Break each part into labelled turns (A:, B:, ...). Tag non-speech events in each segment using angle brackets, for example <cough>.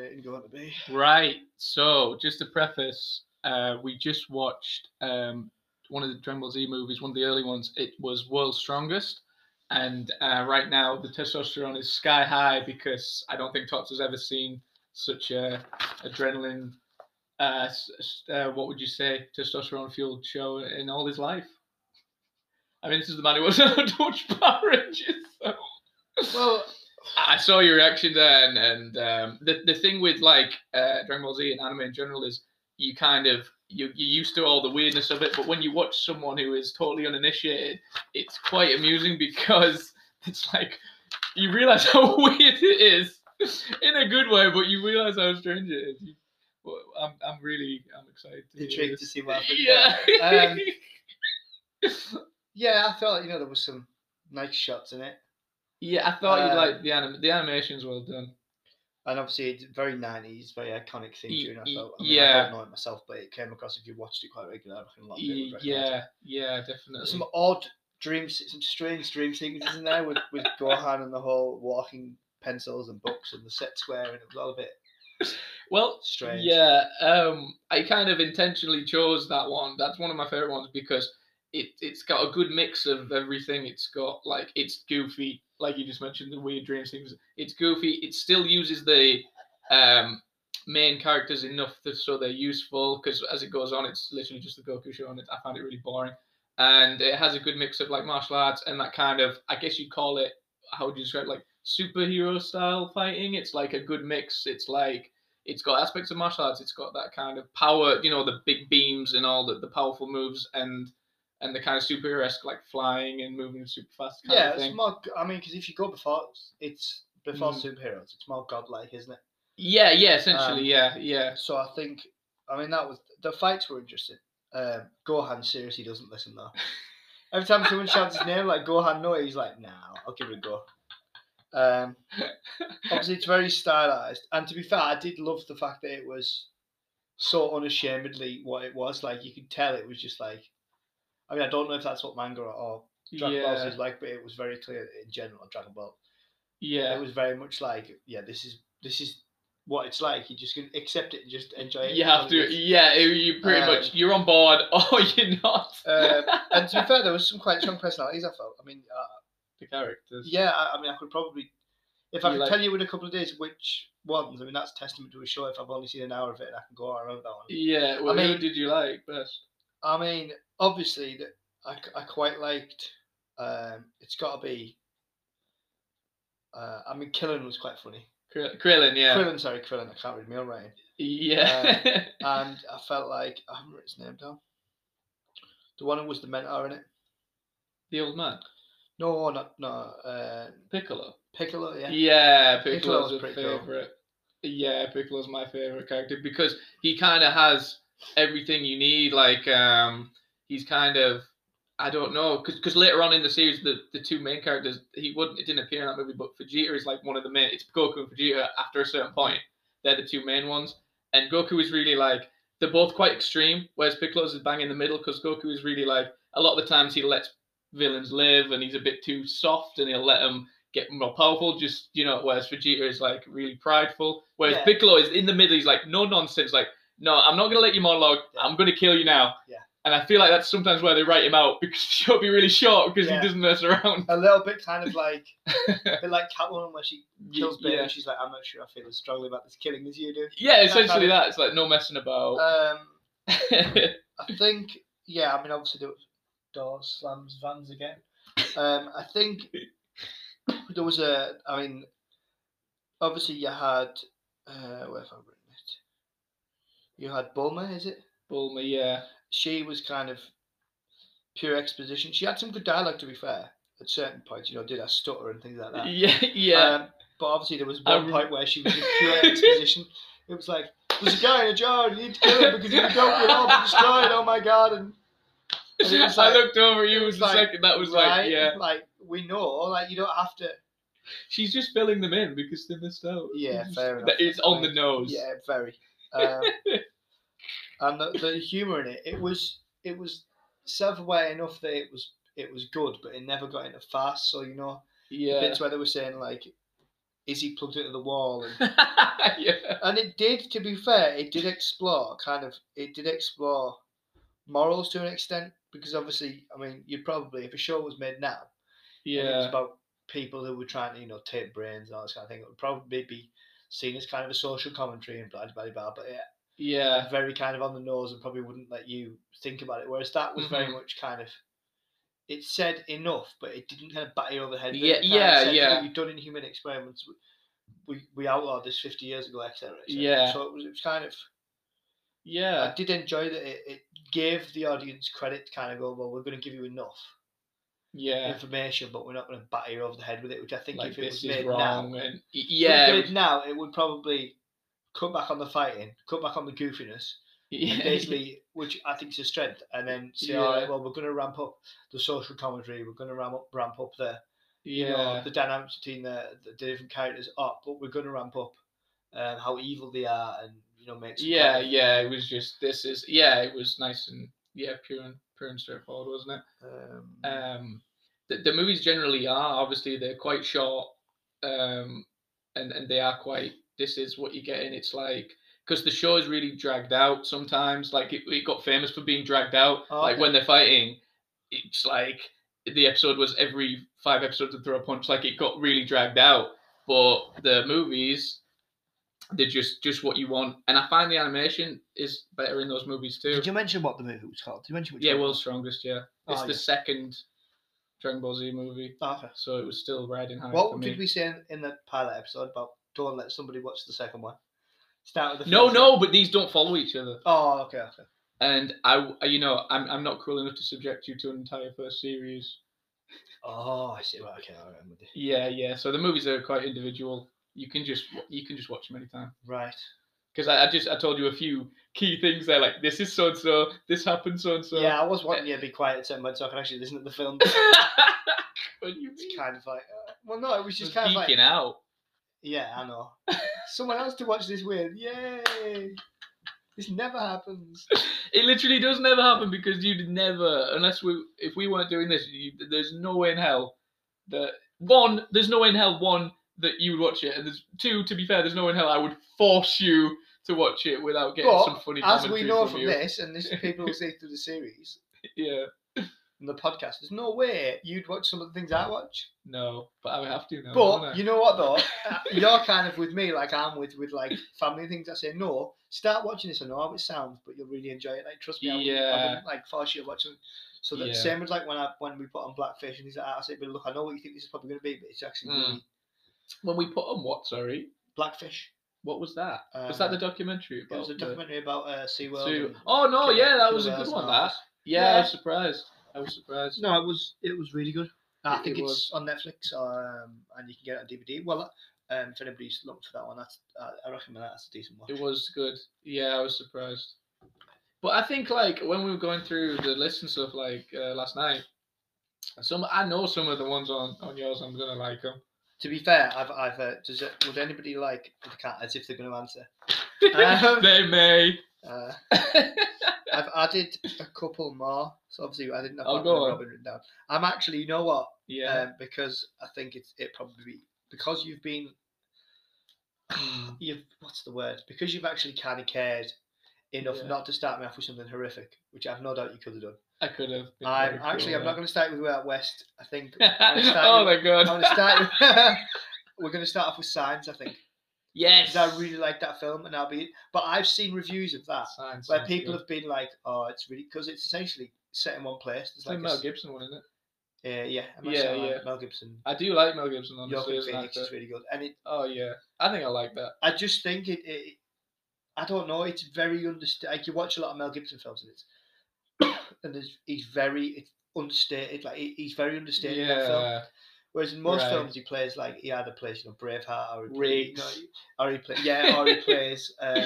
A: didn't go on to be.
B: Right. So, just to preface, uh, we just watched um, one of the Dragon Ball Z movies, one of the early ones. It was World's Strongest. And uh, right now, the testosterone is sky high because I don't think Tots has ever seen such a adrenaline, uh, s- s- uh, what would you say, testosterone fueled show in all his life. I mean, this is the man who was <laughs> on Dutch Power Rangers. so-
A: <laughs> Well,
B: I saw your reaction there, and, and um, the the thing with like uh, Dragon Ball Z and anime in general is you kind of you you're used to all the weirdness of it, but when you watch someone who is totally uninitiated, it's quite amusing <laughs> because it's like you realize <laughs> how weird it is in a good way, but you realize how strange it is. You, well, I'm I'm really I'm excited. To hear
A: intrigued to
B: this.
A: see what <laughs> happens.
B: Yeah.
A: Um, yeah, I thought you know there was some nice shots in it,
B: yeah, I thought
A: um,
B: you'd like the anim- the animation's well done.
A: and obviously it's very nineties, very iconic theme
B: Y-
A: tune. I
B: y-
A: felt. I, mean, I
B: yeah.
A: don't know it myself, but it came across if you watched it quite regularly. I reckon a lot of people would
B: Y-
A: recognise it.
B: Yeah, yeah, definitely.
A: There's some odd dreams, some strange dream sequences in there with <laughs> with Gohan and the whole walking pencils and books and the set square, and it was all a bit
B: Well,
A: strange.
B: yeah, um, I kind of intentionally chose that one. That's one of my favorite ones because it it's got a good mix of everything. It's got like it's goofy, like you just mentioned the weird dreams things. It's goofy. It still uses the um main characters enough to, so they're useful because as it goes on, it's literally just the Goku show, and it, I find it really boring. And it has a good mix of like martial arts and that kind of I guess you'd call it how would you describe it? like superhero style fighting. It's like a good mix. It's like it's got aspects of martial arts. It's got that kind of power, you know, the big beams and all the, the powerful moves and and the kind of superhero esque like flying and moving super fast kind
A: yeah.
B: of
A: It's
B: thing.
A: more. I mean, because if you go before, it's before
B: Mm.
A: superheroes. It's more godlike, isn't it?
B: Yeah, yeah, essentially,
A: Um,
B: yeah, yeah.
A: So I think, I mean, that was the fights were interesting. Um, Gohan seriously doesn't listen though. Every time someone shouts his name, like Gohan, no, he's like, nah, I'll give it a go. Um, obviously, it's very stylized, and to be fair, I did love the fact that it was so unashamedly what it was. Like you could tell it was just like, I mean, I don't know if that's what manga or, or Dragon Ball
B: yeah,
A: is like, but it was very clear in general Dragon Ball it
B: yeah.
A: was very much like yeah this is this is what it's like you just can accept it and just enjoy it
B: You
A: as
B: have
A: it
B: to,
A: is.
B: yeah. You pretty
A: Um,
B: much you're on board <laughs> or you're not. <laughs>
A: Um, and to be fair there was some quite strong personalities i felt i mean uh,
B: the characters.
A: yeah I, I mean i could probably if i
B: You
A: could
B: like-
A: tell you in a couple of days which ones i mean that's testament to a show if i've only seen an hour of it and i can go "Oh, i remember that one
B: Yeah. Well, who
A: mean-
B: did you like best?
A: i mean obviously that I, c- I quite liked um it's got to be uh, i mean killen was quite funny
B: Krill- Krillin. Yeah.
A: krillin uh, sorry krillin i can't read my own writing
B: Yeah.
A: and I felt like I haven't written his name down. The one who was the mentor in it.
B: <laughs> the old man.
A: No, not no. Uh,
B: Piccolo.
A: Piccolo, yeah.
B: Yeah,
A: Piccolo's
B: Piccolo's a
A: pretty cool.
B: favorite. Yeah, Piccolo's my favorite character because he kind of has everything you need. Like, um, he's kind of I don't know because later on in the series, the, the two main characters he wouldn't it didn't appear in that movie, but Vegeta is like one of the main. It's Goku and Vegeta. After a certain point, they're the two main ones, and Goku is really like they're both quite extreme. Whereas Piccolo's is bang in the middle because Goku is really like a lot of the times he lets villains live and he's a bit too soft and he'll let them get more powerful. Just you know, whereas Vegeta is like really prideful. Whereas
A: Yeah.
B: Piccolo is in the middle. He's like no nonsense. Like no, I'm not gonna let you monologue.
A: Yeah.
B: I'm gonna kill you now.
A: Yeah.
B: And I feel like that's sometimes where they write him out <laughs> because he'll be really short because
A: Yeah.
B: he doesn't mess around.
A: A little bit kind of
B: <laughs>
A: like, a bit like Catwoman where she kills
B: Y-
A: Bane
B: yeah.
A: and she's like, I'm not sure I feel as strongly about this killing as you do.
B: yeah,
A: that kind
B: essentially
A: of-
B: that. It's like no messing about.
A: Um,
B: <laughs>
A: I think, yeah, I mean, obviously, there was doors slams vans again. Um, I
B: <laughs>
A: think there was a, I mean, obviously, you had, uh, where have I written it? You had Bulma, is it?
B: Bulma, yeah.
A: she was kind of pure exposition. She had some good dialogue, to be fair, at certain points. You know, did her stutter and things like that.
B: Yeah, <laughs> yeah.
A: Um, but obviously, there was
B: I
A: one
B: rem-
A: point where she was just
B: <laughs>
A: pure exposition. It was like, there's a guy in a jar, and you need to kill him because if you don't, we'll all
B: <laughs>
A: be destroyed. Oh my god! And and it was
B: I
A: like-
B: looked over at you
A: it
B: it
A: was
B: was the
A: like,
B: second that was
A: right,
B: like, yeah.
A: like we know, like you don't have to.
B: She's just filling them in because they missed out.
A: Yeah,
B: It's-
A: fair enough.
B: that- It's on the nose.
A: Yeah,
B: <laughs>
A: very. Um, and the, the humor in it, it was it was self-aware enough that it was it was good, but it never got into fast. So you know,
B: Yeah.
A: bits where they were saying like is he plugged into the wall and
B: <laughs>
A: <laughs>
B: yeah.
A: and it did to be fair it did explore kind of it did explore morals to an extent because obviously i mean you'd probably if a show was made now and it was
B: Yeah.
A: about people who were trying to you know take brains and all this kind of thing it would probably be seen as kind of a social commentary and blah blah blah, blah but yeah
B: Yeah.
A: very kind of on the nose and probably wouldn't let you think about it whereas that was very
B: Mhm.
A: much kind of it said enough but it didn't kind of bat you over the head with it.
B: Yeah,
A: It kind of
B: yeah,
A: said, "You know,
B: yeah.
A: you've done inhuman experiments we- we, we outlawed this 50 years ago etc etc."
B: Yeah.
A: so it was, it was kind of I
B: Yeah.
A: did enjoy that it, it gave the audience credit to kind of go, well, we're going to give you enough
B: Yeah.
A: information, but we're not going to batter you over the head with it, which I think
B: Like
A: if it was
B: this is
A: made
B: wrong
A: now,
B: and y-
A: if it was
B: yeah,
A: <laughs>
B: it
A: made
B: was-
A: now, it would probably cut back on the fighting, cut back on the goofiness, and
B: yeah, <laughs>
A: basically, which I think is a strength, and then say, all
B: Yeah.
A: right, well, we're going to ramp up the social commentary, we're going to ramp up, ramp up the, you know,
B: yeah,
A: the dynamics between the, the different characters up, but we're going to ramp up um, how evil they are and, you know, make some kind
B: yeah,
A: of-
B: yeah. It was just this is yeah. It was nice and yeah, pure and pure and straightforward, wasn't it?
A: Um,
B: Um, the, the movies generally are obviously they're quite short, um, and and they are quite. This is what you get in. It's like because the show is really dragged out sometimes. Like it, it got famous for being dragged out.
A: Oh,
B: like
A: okay.
B: when they're fighting, it's like the episode was every five episodes would throw a punch. Like it got really dragged out. But the movies, they're just just what you want. And I find the animation is better in those movies too.
A: Did you mention what the movie was called? Did you mention which
B: Yeah,
A: one it
B: World's
A: was?
B: Strongest. Yeah,
A: Oh,
B: it's the
A: yeah.
B: second Dragon Ball Z movie,
A: Oh, okay.
B: so it was still riding high uh, for
A: What
B: me.
A: did we say in, in the pilot episode about don't let somebody watch the second one? Start with the
B: No,
A: first
B: no,
A: one.
B: but these don't follow each other.
A: Oh, okay, okay.
B: And I, w- you know, I'm I'm not cruel enough to subject you to an entire first series.
A: Oh, I see. Right, okay, all right, I'm with you.
B: Yeah, yeah. So the movies are quite individual. You can just w- you can just watch them anytime.
A: Right.
B: Because I, I just I told you a few key things there, like this is so and so, this happened so and so. uh,
A: yeah, I was wanting you to be quiet at certain point so I can actually listen to the film. but
B: <laughs> what do you mean?
A: It's kind of like, uh, well, no, it was just
B: Just
A: kind of like,
B: geeking out.
A: yeah, I know. Someone else to watch this with. Yay! This never
B: <laughs>
A: happens.
B: It literally does never happen because you'd never, unless we, if we weren't doing this, you, there's no way in hell that one, there's no way in hell one that you would watch it, and there's two, to be fair, there's no way in hell I would force you to watch it without getting
A: But,
B: some funny
A: As we
B: commentary
A: know
B: from
A: from
B: you.
A: this, and this people will see through the series
B: <laughs> Yeah,
A: and the podcast, there's no way you'd watch some of the things I watch.
B: no, but I would have to now.
A: But
B: wouldn't I?
A: you know what
B: <laughs>
A: though, Uh, you're kind of with me, like I'm with with like family things. I say no, start watching this. I know how it sounds, but you'll really enjoy it. Like trust me, I wouldn't, I
B: Yeah.
A: wouldn't like force you to watch it. So the
B: Yeah.
A: same with like when I when we put on Blackfish and things like that. I say, but look, I know what you think this is probably going to be, but it's actually
B: Mm.
A: really
B: when we put on what? Sorry,
A: Blackfish.
B: what was that? was
A: Um,
B: that the documentary
A: It
B: about?
A: was a
B: the-
A: documentary about uh, SeaWorld.
B: Sue-
A: and
B: Oh no,
A: killer-
B: yeah, that was a
A: killer
B: good
A: whales
B: one.
A: and
B: That.
A: all
B: Yeah, I
A: Yeah.
B: was surprised. I was surprised.
A: No, it was it was really good. I
B: It-
A: think
B: it
A: it's
B: was.
A: on Netflix, um, and you can get it on DVD. Well, um, if anybody's looking for that one, that's I, I recommend that. That's a decent watch.
B: It was good. Yeah, I was surprised. But I think like when we were going through the list and stuff like uh, last night, some I know some of the ones on on yours. I'm gonna
A: <laughs>
B: like them.
A: To be fair, I've, I've uh, does it, would anybody like the cat as if they're going to answer? Um,
B: <laughs> they
A: <laughs>
B: may.
A: Uh, I've added a couple more, so obviously I didn't have
B: Oh,
A: Batman
B: go
A: and
B: on.
A: Robin written down. I'm actually, you know what?
B: yeah.
A: Um, because I think it's it probably because you've been
B: Hmm.
A: you've what's the word? Because you've actually kind of cared enough
B: Yeah.
A: not to start me off with something horrific, which I've no doubt you could have done.
B: I could have. been
A: I'm
B: very cool
A: actually I'm not
B: there.
A: going to start with Way Out West. I
B: <laughs>
A: think I'm gonna start
B: oh
A: with-
B: my
A: I'm
B: god.
A: going to
B: <laughs>
A: start. <laughs> We're going to start off with signs. I think.
B: yes.
A: because I really like that film, and I'll be. But I've seen reviews of that
B: Science
A: where
B: sounds
A: people
B: good.
A: have been like, "Oh, it's really because it's essentially set in one place." There's
B: It's the
A: like, a,
B: Mel
A: s-
B: Gibson one, isn't it?
A: yeah, yeah, am I
B: Yeah,
A: saying right?
B: yeah.
A: Mel Gibson,
B: I do like Mel Gibson honestly.
A: Joaquin
B: as an
A: Phoenix
B: actor.
A: is really good, and it.
B: Oh yeah, I think I like that.
A: I just think it. it I don't know. It's very understated. Like you watch a lot of Mel Gibson films, and it's <coughs> and it's, he's very it's understated. Like he, he's very understated. in that film.
B: Yeah.
A: Whereas in most
B: Right.
A: films, he plays like he either plays you know Braveheart or he plays, you know,
B: Riggs.
A: or he play, yeah,
B: <laughs>
A: or he plays um,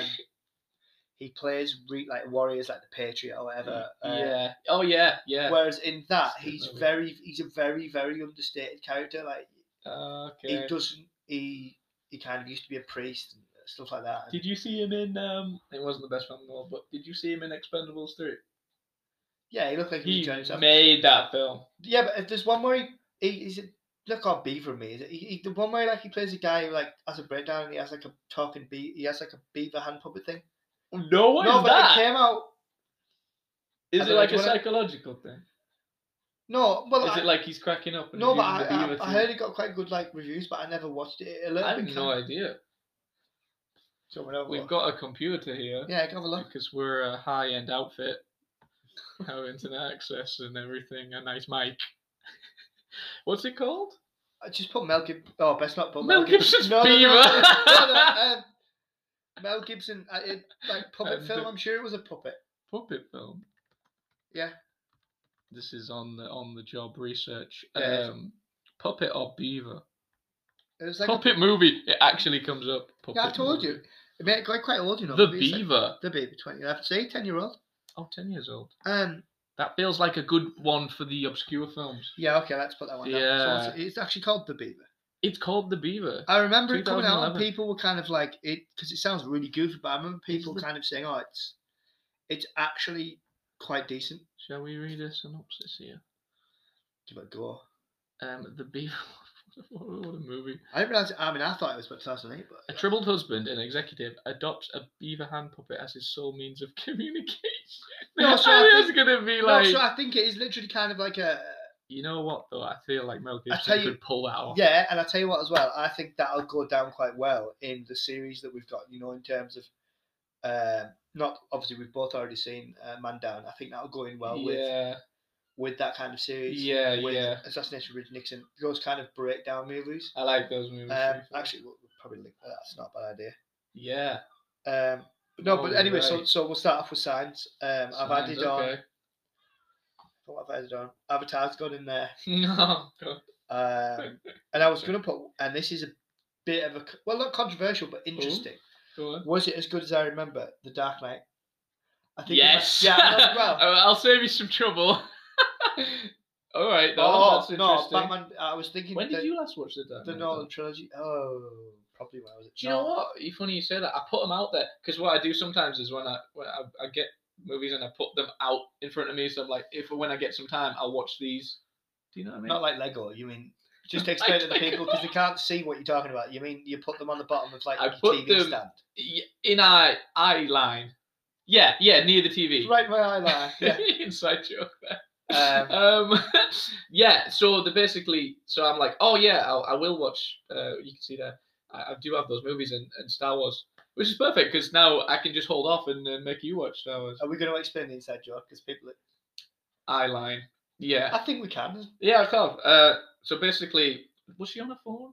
A: he plays re- like warriors like the Patriot or whatever. uh,
B: yeah. Oh yeah. Yeah.
A: Whereas in that,
B: It's a good
A: he's
B: movie.
A: very he's a very very understated character. Like
B: Okay.
A: he doesn't he he kind of used to be a priest and stuff like that. and-
B: Did you see him in? Um, it wasn't the best film in the world, but did you see him in Expendables Three?
A: yeah, he looked like he was
B: He
A: enjoying himself.
B: made that film.
A: yeah, but if there's one where he, he he's that got B for me. Is it? He, he, the one where like he plays a guy who like has a breakdown and he has like a talking bee. He has like a beaver hand puppet thing.
B: No, what
A: no,
B: is
A: but it
B: that?
A: came out. I
B: Is it
A: don't
B: like
A: know, do
B: a
A: you wanna-
B: psychological thing?
A: No, well,
B: Is
A: I,
B: it like he's cracking up? And
A: no,
B: he's
A: but
B: using the
A: I,
B: beaver
A: I, I
B: to-
A: heard it got quite good like reviews, but I never watched it. A little
B: I
A: bit
B: have no idea.
A: So whatever.
B: We've got a computer here
A: Yeah, go have a look.
B: because we're a high-end outfit, have internet access and everything, a nice mic. <laughs> What's it called?
A: I just put Mel Gibson. Oh, best not put
B: Mel Gibson's
A: No, no, no, no,
B: Beaver.
A: no, no, um, Mel Gibson, uh, it,
B: <laughs>
A: like puppet
B: And
A: film.
B: the-
A: I'm sure it was a puppet.
B: Puppet film.
A: Yeah.
B: This is on the on the job research.
A: Yeah.
B: Um, puppet or beaver?
A: It was like a-
B: puppet movie. It actually comes up. Puppet
A: yeah, I told
B: movie.
A: you. It made it quite quite old, you know.
B: The
A: but it's like-
B: beaver.
A: the beaver, 2011. See, 10 year old.
B: Oh, 10 years old.
A: Um,
B: That feels like a good one for the obscure films.
A: yeah, okay, let's put that one. Down. So
B: Yeah.
A: it's- it's actually called the beaver.
B: It's called The Beaver.
A: I remember it coming out, and
B: 2011.
A: people were kind of like it because it sounds really goofy, but I remember people
B: the-
A: kind of saying, "Oh, it's it's actually quite decent."
B: Shall we read a synopsis here?
A: Give it a go.
B: Um, the Beaver. <laughs> what a movie.
A: I didn't realize. I mean, I thought it was about 2008, but
B: A troubled husband, an executive, adopts a beaver hand puppet as his sole means of <laughs> communication. <laughs>
A: No, so I
B: think it's going to be like.
A: no, so I think it is literally kind of like a
B: You know what, though? I feel like Mel
A: I
B: Gibson
A: tell you-
B: could pull that off.
A: yeah. And I tell you what, as well, I think that'll go down quite well in the series that we've got. You know, in terms of um, not obviously we've both already seen uh, Man Down. I think that'll go in well with
B: yeah.
A: with that kind of series.
B: Yeah,
A: with
B: yeah.
A: Assassination of Richard Nixon. Those kind of breakdown movies.
B: I like those movies.
A: Um,
B: too.
A: actually, we'll, we'll probably link that. That's not a bad idea.
B: yeah.
A: Um, no, but
B: Oh,
A: anyway, so,
B: right.
A: so we'll start off with signs. Um, I've
B: Signs,
A: added on.
B: okay. <laughs>
A: What I've added on. Avatar's gone in there.
B: No. God. <laughs>
A: Um, and I was going to put, and this is a bit of a c- well, not controversial, but interesting.
B: Go on.
A: Was it as good as I remember? The Dark Knight. I it might-
B: yes.
A: yeah. I know as
B: <laughs> Oh,
A: well.
B: I'll save you some trouble. <laughs> All right. No,
A: oh
B: that's
A: no,
B: interesting.
A: Batman. I was thinking.
B: when did
A: the,
B: you last watch the Dark
A: The
B: Knight,
A: Nolan
B: though?
A: trilogy. Oh, probably when I was. at-
B: Do you know
A: no.
B: what? You funny you say that. I put them out there because what I do sometimes is when I when I, I get movies and I put them out in front of me. So I'm like, if when I get some time, I'll watch these. Do you know what I mean?
A: Not like Lego. You mean
B: <laughs>
A: just explain to the people because they can't see what you're talking about. You mean you put them on the bottom of like
B: I
A: your
B: put
A: TV
B: them-
A: stand?
B: Y- in eye eye line. Yeah, yeah, near the TV.
A: Right, my eye
B: <laughs>
A: line. Yeah.
B: Inside joke there.
A: Um,
B: Um, <laughs> yeah. So the basically, so I'm like, oh yeah, I'll, I will watch. Uh, you can see there. I, I do have those movies and, and Star Wars, which is perfect because now I can just hold off and then make you watch Star Wars.
A: are we going to explain the inside joke? Because people,
B: Eye line. Yeah.
A: I think we can.
B: Yeah, I can't. Uh, so basically, was she on a phone?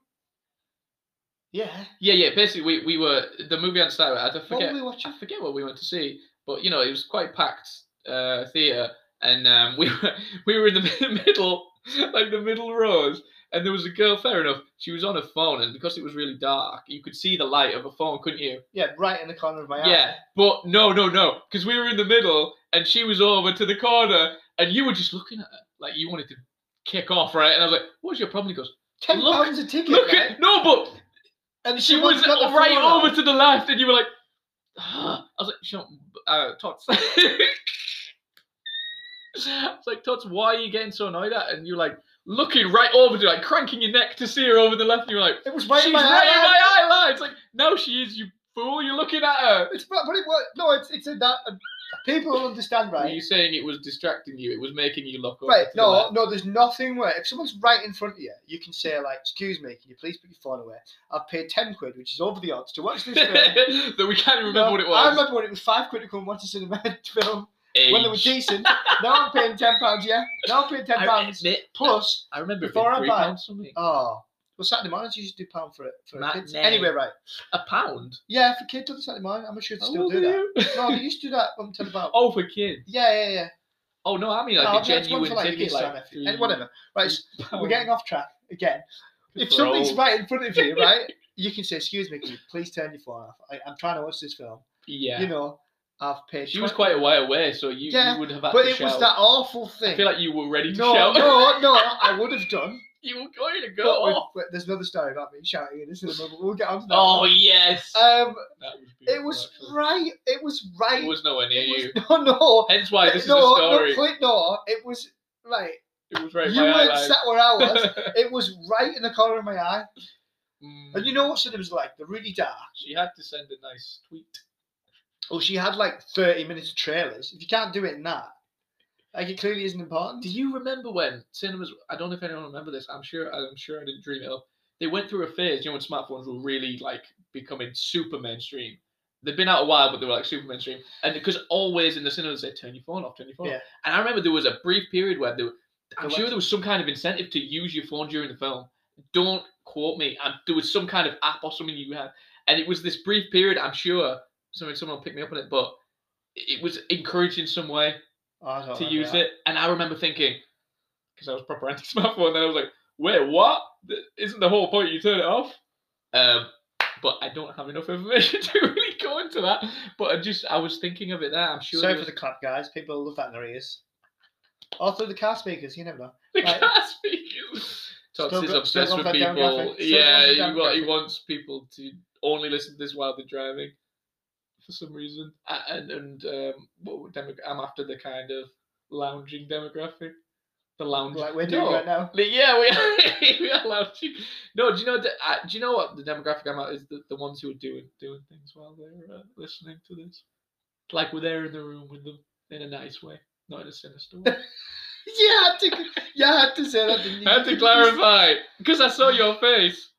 A: Yeah.
B: Yeah, yeah. Basically, we, we were the movie on Saturday. I don't
A: What
B: forget.
A: were we watching?
B: I forget what we went to see, but you know, it was quite packed uh, theater, and um, <laughs> we were we were in the <laughs> middle, like the middle rows, and there was a girl. Fair enough, she was on a phone, and because it was really dark, you could see the light of a phone, couldn't you?
A: Oh, Yeah, right in the corner of my eye.
B: Yeah, but no, no, no, because we were in the middle and she was over to the corner and you were just looking at her like you wanted to kick off, right? And I was like, "What's your problem?" He goes,
A: Ten
B: Look-
A: pounds a ticket.
B: "Look
A: right?
B: at no, but
A: and
B: she
A: someone's
B: was
A: got the
B: right
A: phone out.
B: over to the left," and you were like, "Ah." "I was like, Sean, uh, Tots." <laughs> It's like, Tots, why are you getting so annoyed at? And you're like looking right over to, her, like cranking your neck to see her over the left. And you're like,
A: It was right
B: "She's
A: in my
B: right
A: eye. line.
B: in my eye line." It's like, no, she is. You fool, you're looking at her.
A: It's but, but it was no. It's it's a that uh, people will understand,
B: Were
A: right?
B: you saying it was distracting you? It was making you look up.
A: Right,
B: to the
A: no,
B: left?
A: no, there's nothing where if someone's right in front of you, you can say like, "Excuse me, can you please put your phone away? I've paid ten quid, which is over the odds, to watch
B: <laughs>
A: this film."
B: that we can't remember
A: No,
B: what it
A: I
B: was.
A: remember when it was five quid to come and watch a cinema <laughs> film when they were
B: Age.
A: decent. now I'm paying ten pounds, yeah. Now I'm paying ten
B: I,
A: pounds
B: admit-
A: plus.
B: I remember it
A: Before
B: being
A: I
B: three
A: buy-
B: pounds something.
A: Oh, well, Saturday mornings you used to do pound for it for a kids.
B: Matinee.
A: Anyway, right.
B: A pound.
A: Yeah, for kids on Saturday morning, I'm not sure they
B: How
A: still
B: old
A: do
B: are
A: that.
B: you?
A: No, they used to do that until about.
B: <laughs> oh, for kids.
A: Yeah, yeah, yeah.
B: Oh no, I mean
A: No,
B: like a
A: I've got one
B: genuine
A: for, like, Nissan,
B: ticket, like mm.
A: I think.
B: three
A: And whatever. Right, s- <laughs> we're
B: pounds.
A: getting off track again. If
B: We're
A: something's
B: old.
A: right in front of
B: <laughs>
A: you, right, you can say, "Excuse me, can you please turn your phone off? I, I'm trying to watch this film.
B: Yeah.
A: You know, I've paid."
B: she was
A: 20
B: quite a way away, so you,
A: Yeah,
B: you would have had
A: But
B: to
A: it was
B: shout.
A: that awful thing.
B: I feel like you were ready to
A: no,
B: shout.
A: no, no, I would have done.
B: <laughs> you were going to <laughs> go.
A: But we've-
B: off.
A: but there's another story about me shouting in this in a moment. We'll get on to that.
B: Oh
A: one.
B: yes.
A: Um,
B: that was beautiful,
A: it was
B: actually.
A: right. It was right.
B: It was nowhere near
A: it
B: you.
A: was- <laughs> no, no.
B: Hence why this
A: no,
B: is a story.
A: no, Clint, no. It was right.
B: It was right in
A: you
B: my
A: weren't
B: eyelid.
A: sat where I
B: <laughs>
A: was. it was right in the corner of my eye.
B: Mm,
A: And you know what cinemas are like? They're really dark.
B: she had to send a nice tweet.
A: Well, she had like 30 minutes of trailers. If you can't do it in that, like it clearly isn't important.
B: Do you remember when cinemas? I don't know if anyone remember this. I'm sure. I'm sure I didn't dream it up. They went through a phase. You know when smartphones were really like becoming super mainstream. They've been out a while, but they were like super mainstream. And because always in the cinemas they turn your phone off, turn your phone.
A: Yeah.
B: off. And I remember there was a brief period where there. I'm
A: There
B: sure
A: was.
B: there was some kind of incentive to use your phone during the film. Don't quote me. And there was some kind of app or something you had, and it was this brief period. I'm sure something someone will pick me up on it, but it was encouraged in some way
A: Oh, I don't
B: to
A: remember
B: use
A: that.
B: it. And I remember thinking, because I was proper <laughs> anti smartphone, then I was like, wait, what? Th- Isn't the whole point you turn it off? Um, but I don't have enough information <laughs> to really go into that. But I just, I was thinking of it there. I'm sure.
A: Sorry
B: there
A: for the
B: <laughs>
A: clap, guys. People love that in their ears. Or through the car speakers, you never know.
B: was-
A: right.
B: I can't speak. Tox
A: Still
B: is
A: go- still
B: obsessed
A: going
B: with
A: for that
B: people.
A: demographic. Still
B: Yeah,
A: going
B: he,
A: for
B: wa- he
A: demographic.
B: wants people to only listen to this while they're driving for some reason. A- And, and um, what would demog- I'm after the kind of lounging demographic. The lounge.
A: Like we're doing
B: Um, No.
A: right now. <laughs>
B: Like, yeah, we are, we <laughs> are allowed to. No, do you know? The, uh, do you know what the demographic I'm at is? The, the ones who are doing doing things while they're uh, listening to this, like we're there in the room with them in a nice way, not in a sinister
A: <laughs>
B: way.
A: You had to, you had to say that, didn't you?
B: I had to clarify because I saw your face.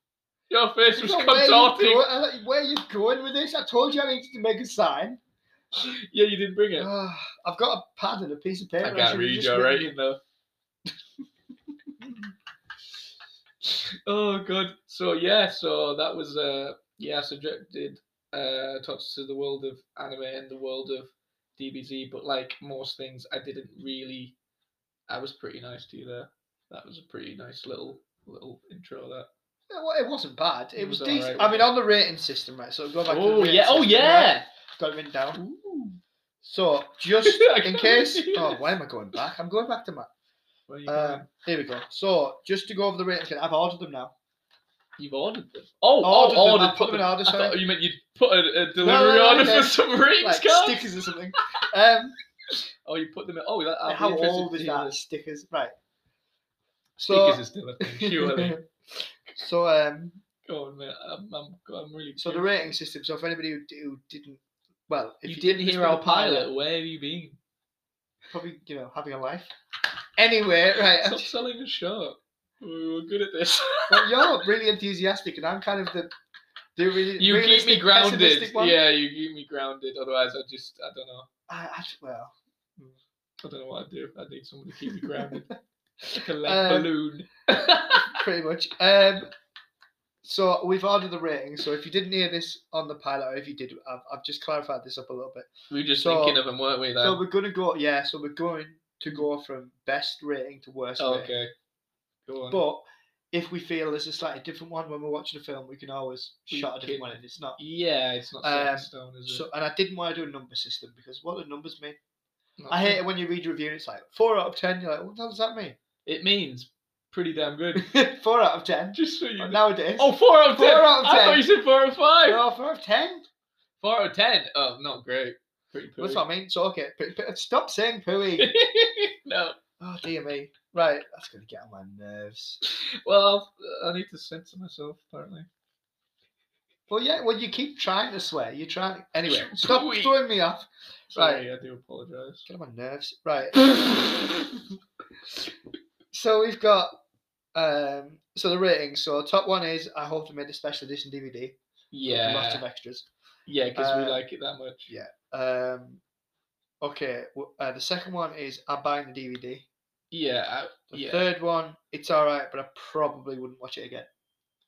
B: Your face was
A: I thought, where, are you
B: contorting.
A: going, I thought, where are you going with this? I told you I needed to make a sign.
B: Yeah, you didn't bring it.
A: Ah, I've got a pad and a piece of paper.
B: I
A: should
B: can't
A: have
B: read
A: just
B: your
A: written
B: writing though. <laughs> oh god. So yeah, so that was uh yeah, I subjected uh Tots to the world of anime and the world of DBZ, but like most things I didn't really I was pretty nice to you there. That was a pretty nice little little intro there.
A: Yeah, well, it wasn't bad. It,
B: It
A: was,
B: was
A: decent.
B: alright,
A: I mean, on the rating system, right? So go back. to the
B: Oh
A: rating
B: yeah,
A: system,
B: oh
A: right?
B: yeah.
A: Got it written down.
B: Ooh.
A: So just
B: <laughs> I
A: in
B: can't
A: case.
B: believe
A: Oh,
B: this.
A: why am I going back? I'm going back to my.
B: Where you
A: Uh,
B: going?
A: here we go. So just to go over the rating, thing, I've ordered them now.
B: You've ordered them. Oh,
A: Ordered
B: ordered,
A: them,
B: oh, ordered.
A: I put them in
B: them-
A: order,
B: I thought
A: sorry.
B: you meant you'd put a, a delivery
A: no,
B: order
A: no.
B: for some rings,
A: Like
B: guys.
A: stickers or
B: <laughs>
A: something. Um,
B: Oh, you put them in. Oh, that, I'd be
A: how
B: interested
A: old
B: to
A: is
B: hear
A: that
B: <laughs> this.
A: stickers? Right.
B: Stickers
A: So,
B: is still a thing, <laughs> surely.
A: <laughs> so um,
B: Go on, mate. I'm, I'm, I'm really.
A: so the
B: curious.
A: rating system. So for anybody who, who didn't, well, if
B: you,
A: you,
B: didn't
A: listen
B: hear
A: to
B: our
A: the
B: pilot. Where have you been?
A: probably you know having a life. Anyway, <laughs>
B: <laughs>
A: right.
B: Stop selling us short. We were good at
A: <laughs>
B: this.
A: Well, you're really enthusiastic, and I'm kind of the the really
B: you keep
A: realistic,
B: me grounded.
A: pessimistic one.
B: Yeah, you keep me grounded. Otherwise, I just, I don't know.
A: I, I, well,
B: I don't know what I'd do. I need someone to keep me
A: <laughs>
B: grounded. like a lead
A: Um,
B: balloon.
A: pretty much. Um, so we've ordered the rating. So if you didn't hear this on the pilot, or if you did, I've, I've just clarified this up a little bit.
B: we were just
A: so-
B: thinking of them, weren't we? Then?
A: So we're gonna go, yeah. So we're going to go from best rating to worst rating.
B: Oh, okay. Go on.
A: But if we feel there's a slightly different one when we're watching a film, we can always
B: We
A: shot a different
B: can-
A: one if it's not.
B: yeah, it's not set
A: Um,
B: in stone, is it?
A: So and I didn't want to do a number system because what do numbers mean?
B: Not
A: I
B: sure.
A: hate it when you read a review. and It's like four out of ten. You're like, what does that mean? <laughs>
B: It means pretty damn good.
A: four out of ten.
B: <laughs> Just so you.
A: But
B: know.
A: nowadays.
B: Oh, four out of
A: Four
B: ten.
A: out of
B: I
A: ten.
B: thought you said four out of five.
A: no, four out of ten.
B: Four out of ten. Oh, not great. Pretty poor.
A: That's what I mean. So okay, p- p- stop saying pooey.
B: <laughs> no.
A: oh dear me. Right, that's gonna get on my nerves.
B: Well, I'll, uh, I need to censor myself apparently.
A: Well, yeah. Well, you keep trying to swear. You try.
B: <laughs>
A: Anyway,
B: Pooey.
A: stop throwing me off.
B: Sorry, I do apologise.
A: Get on my nerves. Right. So we've got. Um, so the ratings. So top one is I hope they made a special edition DVD. with Lots of
B: yeah,
A: extras.
B: yeah, because
A: uh,
B: we like it that much.
A: yeah. Um, okay. w- Uh, the second one is I'm buying the DVD.
B: Yeah. I,
A: The
B: yeah.
A: third one, it's all right, but I probably wouldn't watch it again.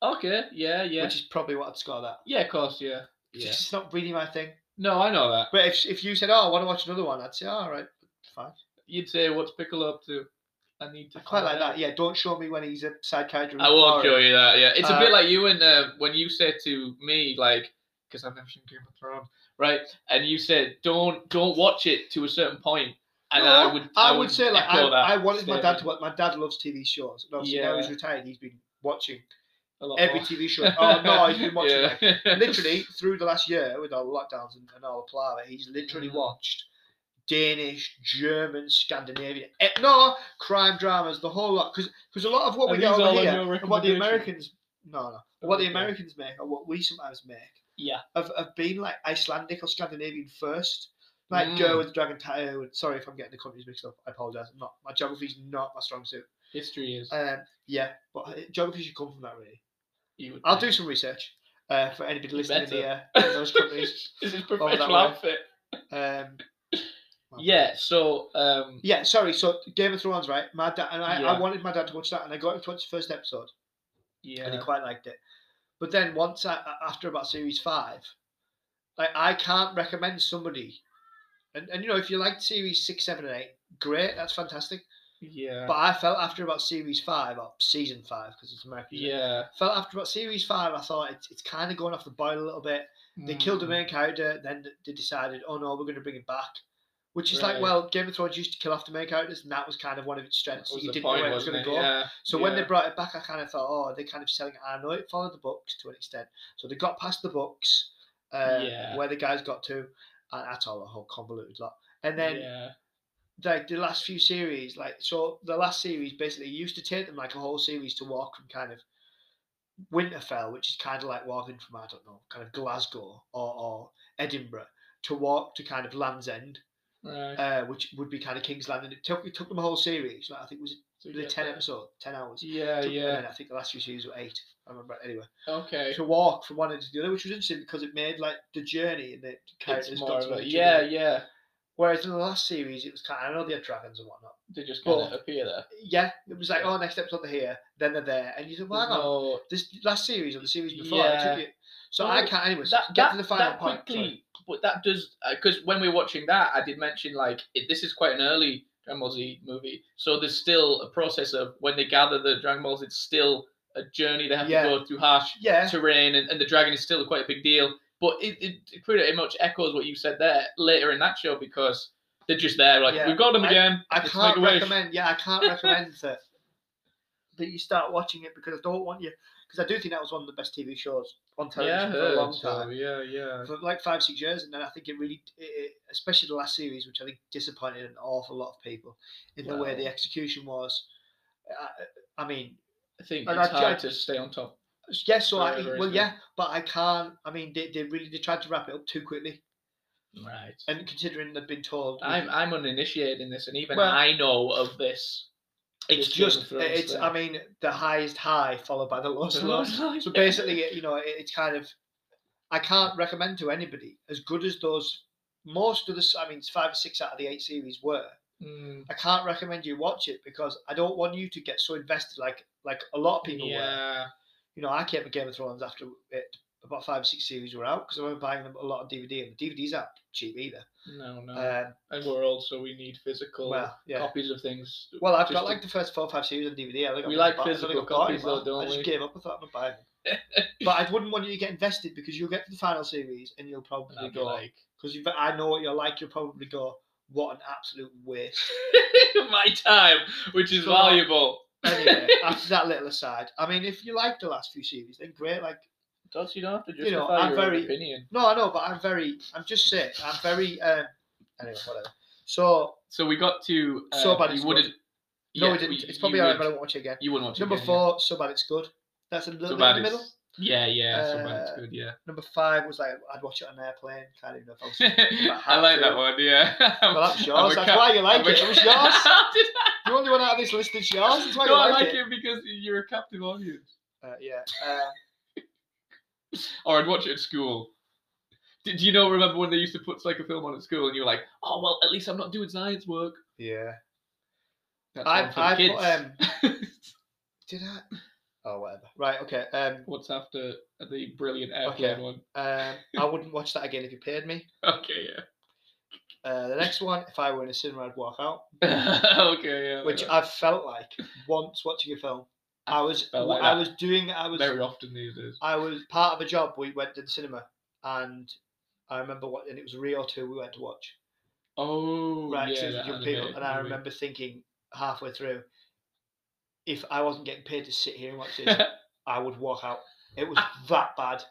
B: Okay. Yeah. Yeah.
A: Which is probably what I'd score that.
B: yeah. Of course. Yeah.
A: It's
B: Yeah.
A: just- it's not really my thing.
B: No, I know that.
A: But if if you said, "Oh, I want to watch another one," I'd say, "Oh, "All right, fine."
B: You'd say, "What's Piccolo up to?" I need to.
A: I quite
B: find
A: like
B: out."
A: that. Yeah, don't show me when he's a side character. in
B: I will
A: Mario.
B: show you that. Yeah, it's a
A: Uh,
B: bit like you and uh, when you said to me, like, because I've never seen Game of Thrones, right? And you said, "Don't don't watch it to a certain point." And
A: No,
B: I would,
A: I would say like I,
B: echo that
A: I wanted my dad to
B: statement
A: watch. My dad loves TV shows. And obviously now he's
B: Yeah.
A: retired. He's been watching
B: a lot
A: every
B: more.
A: TV show. Oh no, he's
B: <laughs>
A: been watching like,
B: Yeah.
A: literally through the last year with all the lockdowns and, and all the palaver. He's literally
B: Mm.
A: watched Danish, German, Scandinavian. eh, No, crime dramas, the whole lot. Because a lot of what
B: Are
A: we
B: these
A: get
B: all
A: over
B: on
A: here,
B: your
A: and what the
B: recommendation?
A: Americans, no, no, what the
B: Okay.
A: Americans make, or what we sometimes make,
B: Yeah.
A: have, have been like Icelandic or Scandinavian first. Like
B: Mm.
A: Gerwin's Dragon Tattoo. Sorry if I'm getting the countries mixed up. I apologise. I'm Not my geography's not my strong suit.
B: History is.
A: Um, yeah, but uh, geography should come from that really.
B: you would
A: I'll do
B: think.
A: some research uh, for anybody listening in the, uh,
B: better.
A: in those
B: <laughs>
A: countries.
B: <laughs> This is
A: Oh, that
B: professional
A: way.
B: outfit.
A: Um, well,
B: Yeah. So. Um,
A: Yeah, sorry. So Game of Thrones, right? My dad and I,
B: Yeah.
A: I wanted my dad to watch that, and I got him to watch the first episode, and he
B: yeah.
A: quite liked it. But then once I, a- after about series five, like I can't recommend somebody, and, and you know if you liked series six, seven, and eight, great, that's fantastic.
B: Yeah.
A: But I felt after about series five or season five because it's American. isn't it?
B: Yeah.
A: Felt after about series five, I thought it's, it's kind of going off the boil a little bit. They killed the
B: Mm.
A: main character, then th- they decided, oh no, we're going to bring him back. Which is
B: Right.
A: like, well, Game of Thrones used to kill off the main characters, and that was kind of one of its
B: That
A: strengths.
B: was
A: you
B: the
A: didn't
B: point,
A: know where it was going
B: wasn't
A: to go.
B: Yeah.
A: So when they
B: yeah.
A: brought it back, I kind of thought, oh, they're kind of selling it. I know it followed the books to an extent. So they got past the books, um,
B: Yeah.
A: where the guys got to, and that's all a whole convoluted lot. And then
B: Yeah.
A: like the last few series, like so the last series basically used to take them like a whole series to walk from kind of Winterfell, which is kind of like walking from I don't know, kind of Glasgow or, or Edinburgh, to walk to kind of Land's End,
B: Right.
A: uh, which would be kind of King's Landing. It took it took them a whole series. Like I think it was
B: So
A: the
B: yeah,
A: ten
B: but-
A: episode, ten hours.
B: Yeah.
A: Took them,
B: Yeah.
A: And I think the last few series were eight. I remember anyway.
B: Okay.
A: To walk from one end to the other, which was interesting because it made like the journey and the characters
B: It's more
A: got
B: of
A: to know
B: a,
A: each other.
B: yeah, yeah.
A: Whereas in the last series, it was kind. Of, I know they had dragons and whatnot.
B: They just kind of
A: But-
B: appear there.
A: yeah, it was like, oh, next episode they're here, then they're there, and you said, well,
B: There's
A: hang on,
B: no-
A: this last series or the series before, it took
B: Mm-hmm. Yeah.
A: you. So
B: Well,
A: I can't. Anyway, so
B: that,
A: get
B: that,
A: to the final
B: that
A: point. sorry.
B: quickly, but that does because when we were watching that, I did mention like it, this is quite an early Dragon Ball Z movie, so there's still a process of when they gather the Dragon Balls, it's still a journey they have
A: Yeah.
B: to go through harsh
A: Yeah,
B: terrain, and, and the dragon is still quite a big deal. But it, it, it pretty much echoes what you said there later in that show because they're just there, like
A: Yeah,
B: we've got them
A: I-
B: again.
A: I
B: let's
A: can't
B: make a wish."
A: recommend. Yeah, I can't
B: <laughs>
A: recommend that that you start watching it because I don't want you. Because I do think that was one of the best TV shows on television
B: Yeah, I
A: for a
B: heard,
A: long
B: so,
A: time,
B: yeah, yeah.
A: for like five, six years, and then I think it really, it, it- especially the last series, which I think disappointed an awful lot of people in the way the
B: Well.
A: execution was. Uh, I, I mean,
B: I think
A: And
B: it's
A: I
B: hard
A: tried-
B: to stay on top.
A: Yes, so I,
B: Very, very
A: well,
B: smooth.
A: yeah, but I can't. I mean, they, they really they tried to wrap it up too quickly,
B: Right.
A: and considering they've been told, we-
B: I'm I'm uninitiated in this, and even
A: Well-
B: I know of this.
A: it's
B: it's Game of
A: just
B: Thrones
A: it's.
B: <laughs>
A: I mean, the highest high followed by the lowest low. So
B: so <laughs>
A: basically, it- you know, it, it's kind of. I can't recommend to anybody as good as those. Most of the, s- I mean, it's five or six out of the eight series were.
B: Mm,
A: I can't recommend you watch it because I don't want you to get so invested, like like a lot of people were.
B: yeah,
A: you know, I came to Game of Thrones after it, about five or six series were out because I remember buying them a lot of DVD, and the DVDs aren't cheap either.
B: no, no,
A: Um,
B: and we're old, so we need physical
A: well, yeah.
B: copies of things.
A: Well, I've
B: just
A: got
B: to-
A: like the first four or five series on DVD. I think
B: We
A: I've
B: like
A: got- I've
B: physical
A: got buying
B: copies though,
A: them.
B: don't
A: I just
B: we?
A: gave up. I thought I'm not buying
B: <laughs>
A: them. but I wouldn't want you to get invested because you'll get to the final series and you'll probably
B: and I'd be
A: go
B: like,
A: because I know what you're like. You'll probably go, "What an absolute waste."
B: <laughs> <laughs> my time, which is
A: So- uh,
B: valuable.
A: Anyway, after that little aside, I mean, if you like the last few series, then great. Like
B: Dots, you don't have to justify
A: You know, I'm
B: your
A: very-
B: own opinion.
A: No, I know, but I'm very. I'm just sick. I'm very. Um, anyway, whatever. So
B: So we got to uh,
A: So bad
B: you
A: it's
B: wouldn't.
A: no,
B: yeah,
A: we didn't.
B: you-
A: it's
B: you
A: probably alright, but I
B: would-
A: won't watch it again.
B: You wouldn't watch it
A: Number
B: again, yeah.
A: four, so bad it's good. That's a little
B: So
A: bit
B: bad
A: in the middle.
B: it's- Yeah, yeah. so bad it's
A: Uh,
B: good. Yeah.
A: Number five was like I'd watch it on an airplane. Can't even know if I
B: <laughs>
A: was.
B: I like that one. Yeah.
A: <laughs> well, that's
B: I'm a
A: yours. That's
B: cat-
A: why you like
B: I'm a
A: it. It was
B: <laughs> cat-
A: yours.
B: How did
A: The only one out of this list is yours. That's
B: I
A: why
B: no,
A: you
B: I
A: like,
B: like
A: it.
B: it. because you're a captive audience.
A: Uh, yeah. Um,
B: Or I'd watch it at school. Do do you know? Remember when they used to put like a film on at school, and you were like, "Oh well, at least I'm not doing science work."
A: yeah.
B: That's
A: I,
B: one for the
A: I
B: kids.
A: put. Um,
B: <laughs>
A: did I? Oh, whatever. Right. Okay. Um,
B: What's after the brilliant airplane
A: Okay.
B: one?
A: um, I wouldn't watch that again if you paid me.
B: Okay,
A: Uh, the next one, if I were in a cinema, I'd walk out.
B: yeah. <laughs> okay, yeah.
A: which
B: yeah.
A: I've felt like once watching a film. I was
B: felt like
A: I
B: that
A: was doing I was
B: very often these days.
A: I was part of a job. We went to the cinema, and I remember what and it was Rio two. We went to watch
B: Oh,
A: right, 'cause
B: yeah.
A: it was
B: that
A: young people,
B: animated
A: and I
B: movie.
A: remember thinking halfway through, if I wasn't getting paid to sit here and watch
B: <laughs>
A: this, I would walk out. It was that bad.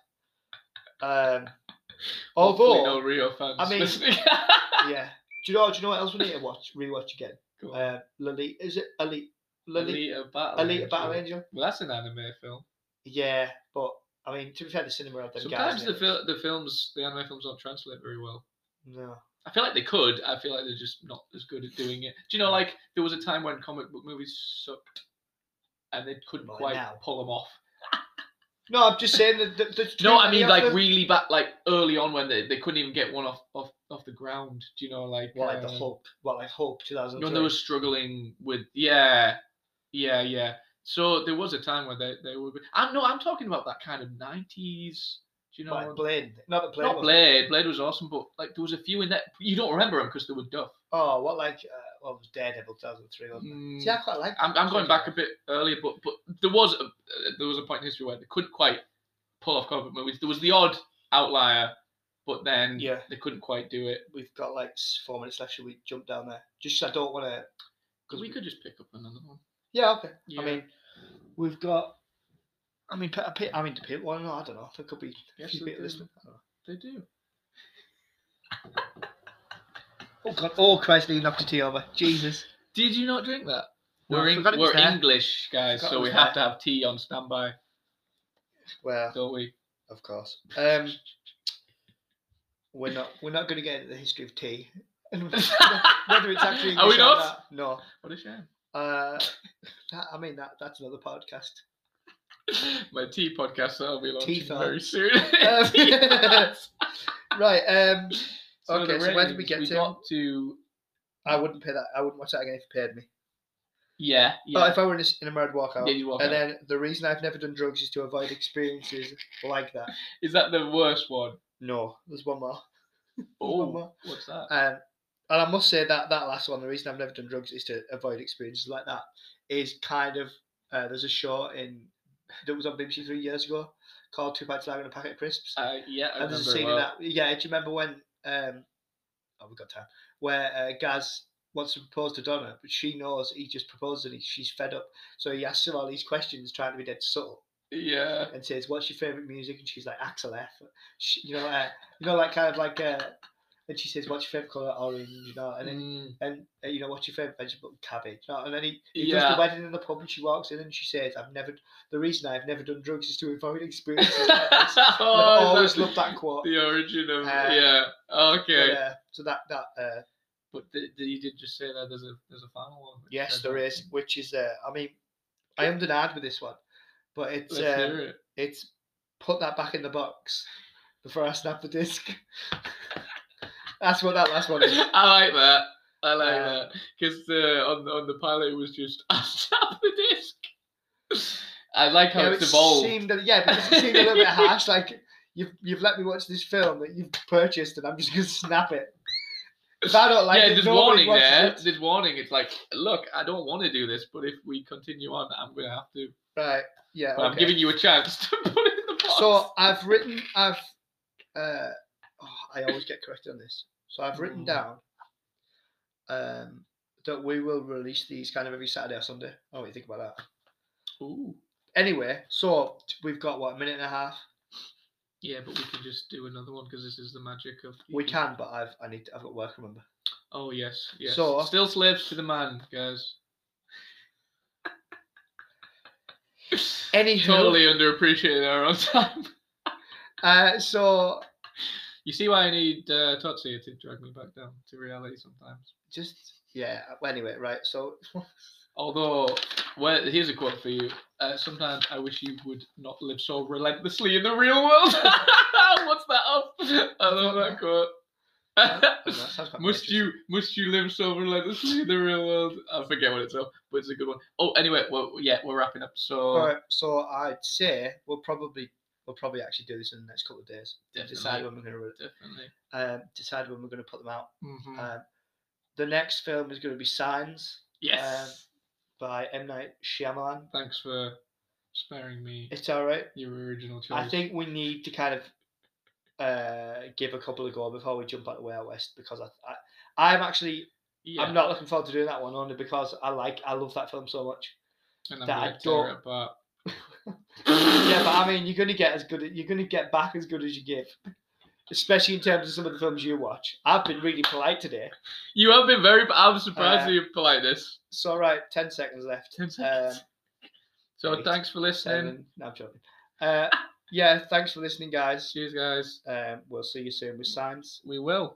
A: Um,
B: Hopefully <laughs>
A: although
B: no Rio fans.
A: I mean-
B: listening.
A: yeah, Do you know? Do you know what else we need to watch? Rewatch again.
B: <laughs> Go on.
A: Uh, Lily, is it Elite? Lily,
B: Alita Battle.
A: Elite
B: Angel.
A: Battle Angel.
B: Well, that's an anime film.
A: Yeah, but I mean, to be fair, the cinema had them guys.
B: Sometimes the
A: in it.
B: fil- the films, the anime films don't translate very well.
A: No.
B: I feel like they could. I feel like they're just not as good at doing it. Do you know, like there was a time when comic book movies sucked, and they couldn't
A: Well,
B: quite
A: now.
B: pull them off.
A: No, I'm just saying that. The,
B: <laughs>
A: the,
B: Do you know what I
A: the
B: mean? Like
A: other-
B: really back, like early on when they, they couldn't even get one off off off the ground. Do you know, like
A: Well, like the
B: uh,
A: Hulk. Well, like Hulk
B: when
A: 2003.
B: they were struggling with yeah, yeah, yeah. So there was a time where they they were. I'm no, I'm talking about that kind of nineties. Do you know?
A: Like Blade. Not the Blade.
B: not
A: one.
B: Blade. Blade was awesome, but like there was a few in that you don't remember them because they were duff.
A: Oh, what like? Uh, well, it was Daredevil 2003. Wasn't it?
B: Mm,
A: See, I quite like.
B: I'm,
A: that.
B: I'm going back a bit earlier, but but there was a, uh, there was a point in history where they couldn't quite pull off comic movies. There was the odd outlier, but then
A: Yeah.
B: they couldn't quite do it.
A: We've got like s- four minutes left. Should we jump down there? Just 'cause I don't want to.
B: Because we could just pick up another one.
A: Yeah. Okay.
B: Yeah.
A: Mm. I mean, we've got. I mean, pe- pe- I mean, do people want to know? I don't know. There could be a
B: Yes,
A: few
B: they
A: people
B: do.
A: listening. I don't know.
B: they do.
A: Oh God! Oh Christ! You knocked the tea over. Jesus.
B: Did you not drink that?
A: No, I
B: we're Eng-
A: forgot it was
B: we're
A: there.
B: English guys,
A: Forgot it
B: so we
A: was
B: have to have tea on standby,
A: Well,
B: don't we?
A: of course. Um, we're not. We're not going to get into the history of tea. <laughs> And <laughs> Whether it's actually
B: Are we
A: English or
B: not?
A: No.
B: What a shame.
A: Uh, that, I mean that. That's another
B: <laughs>
A: podcast.
B: My tea podcast that'll be launching
A: Tea
B: very soon. <laughs>
A: Um,
B: Tea
A: <laughs>
B: thoughts.
A: Right. Um,
B: So the
A: Okay, so where did we
B: ratings,
A: get to?
B: got to?
A: I wouldn't pay that. I wouldn't watch that again if you paid me.
B: Yeah, yeah.
A: Oh, if I were in a, s- in a married walkout.
B: Yeah, you walk
A: and
B: out.
A: then the reason I've never done drugs is to avoid experiences like that.
B: Is that the worst one?
A: No, there's one more. one
B: Oh,
A: more.
B: what's that?
A: Um, and I must say that that last one, the reason I've never done drugs is to avoid experiences like that, is kind of uh, there's a show in that was on BBC three years ago called Two Pints of Lager and a Packet of Crisps.
B: Uh, yeah, I
A: and there's a
B: remember
A: scene
B: well.
A: in that. Yeah, do you remember when? Um, oh, we've got time. Where uh, Gaz wants to propose to Donna, but she knows he just proposed and he, she's fed up. So he asks her all these questions, trying to be dead subtle,
B: Yeah,
A: and says, "What's your favorite music?" And she's like, "Axel F." She, you know, uh, you know, like kind of like. Uh, and she says, "What's your favorite color? Orange." You know, and then.
B: Mm,
A: <laughs> And uh, you know what's your favorite vegetable? Cabbage. You know, and then he, he does
B: yeah.
A: the wedding in the pub, and she walks in and she says, "I've never. The reason I've never done drugs is to avoid
B: <laughs>
A: experiences like this." And
B: Oh,
A: I've
B: is
A: always
B: that
A: loved
B: <laughs>
A: that quote.
B: The origin of
A: Uh,
B: yeah. Okay,
A: But, uh, so that that uh,
B: but th- th- you did just say that there's a there's a final one. which
A: yes,
B: I
A: there
B: don't
A: is,
B: think-
A: which is uh, I mean, I am denied with this one, but it's
B: Let's
A: um,
B: hear it. <laughs>
A: it's put that back in the box before I snap the disc. <laughs> That's what that last one is.
B: I like that. I like
A: uh,
B: that because uh, on the- on the pilot it was just <laughs> I stabbed the disc. I like <laughs> how
A: You know,
B: it's
A: it
B: evolved.
A: seemed a- yeah, because it seemed a little bit harsh. Like you've you've let me watch this film that you've purchased, and I'm just gonna snap it. If I don't like
B: yeah,
A: it,
B: there's
A: nobody
B: warning
A: watches
B: there.
A: it.
B: There's warning. It's like, look, I don't want to do this, but if we continue on, I'm gonna have to.
A: Right? Yeah.
B: But I'm
A: okay.
B: giving you a chance <laughs> to put it in the box.
A: So I've written, I've, uh, oh, I always get corrected on this. So I've written
B: Mm.
A: down um, that we will release these kind of every Saturday or Sunday. Oh, what do you think about that?
B: Ooh.
A: Anyway, so t- we've got what a minute and a half.
B: Yeah, but we can just do another one because this is the magic of.
A: We can, but I've I need to, I've got work. Remember,
B: Oh yes, yes.
A: So-
B: still slaves to the man,
A: <laughs>
B: guys.
A: Anywho,
B: Totally underappreciated our own time.
A: Uh, so
B: You see why I need uh, Totsie to drag me back down to reality sometimes.
A: just yeah. Well, anyway, right. So
B: Although, well, here's a quote for you. Uh, sometimes I wish you would not live so relentlessly in the real world. <laughs> What's that up? I love that quote.
A: that sounds quite
B: <laughs> must
A: malicious.
B: you must you live so relentlessly in the real world? I forget what it's up, but it's a good one. Oh, anyway, well, yeah, we're wrapping up. So
A: Alright, so I'd say we'll probably we'll probably actually do this in the next couple of days.
B: definitely,
A: Decide when we're gonna re-
B: definitely.
A: um, decide when we're gonna put them out.
B: Mhm.
A: Um, the next film is going to be Signs
B: yes.
A: by M Night Shyamalan.
B: Thanks for sparing me
A: It's all right.
B: your original choice.
A: I think we need to kind of uh, give a couple of go before we jump out the way out west because I, I I'm actually
B: yeah,
A: I'm not looking forward to doing that one only because I like I love that film so much.
B: and I'm
A: that I
B: gonna tear it apart.
A: <laughs>
B: <laughs>
A: yeah, but I mean you're gonna get as good you're gonna get back as good as you give. especially in terms of some of the films you watch. I've been really polite today.
B: You have been very. I'm surprised
A: Uh,
B: at your politeness.
A: So, all right, 10 seconds left.
B: Ten seconds.
A: Um,
B: so
A: eight,
B: thanks for listening.
A: seven. No, I'm joking. Uh, yeah, thanks for listening, guys.
B: Cheers, guys.
A: Um, we'll see you soon with signs.
B: We will.